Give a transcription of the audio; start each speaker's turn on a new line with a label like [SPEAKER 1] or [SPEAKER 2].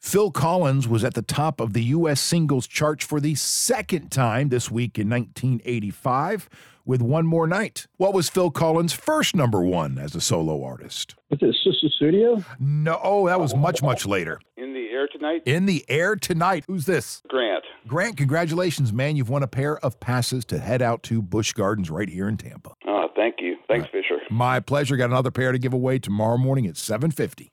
[SPEAKER 1] Phil Collins was at the top of the U.S. singles chart for the second time this week in 1985 with One More Night. What was Phil Collins' first number one as a solo artist?
[SPEAKER 2] Was it Sister Studio?
[SPEAKER 1] No, oh, that was much, much later.
[SPEAKER 3] In the air tonight,
[SPEAKER 1] In the air tonight. Who's this?
[SPEAKER 3] Grant.
[SPEAKER 1] Grant, congratulations, man. You've won a pair of passes to head out to Busch Gardens right here in Tampa.
[SPEAKER 3] Ah, thank you. Thanks, Fisher.
[SPEAKER 1] My pleasure. Got another pair to give away tomorrow morning at 750.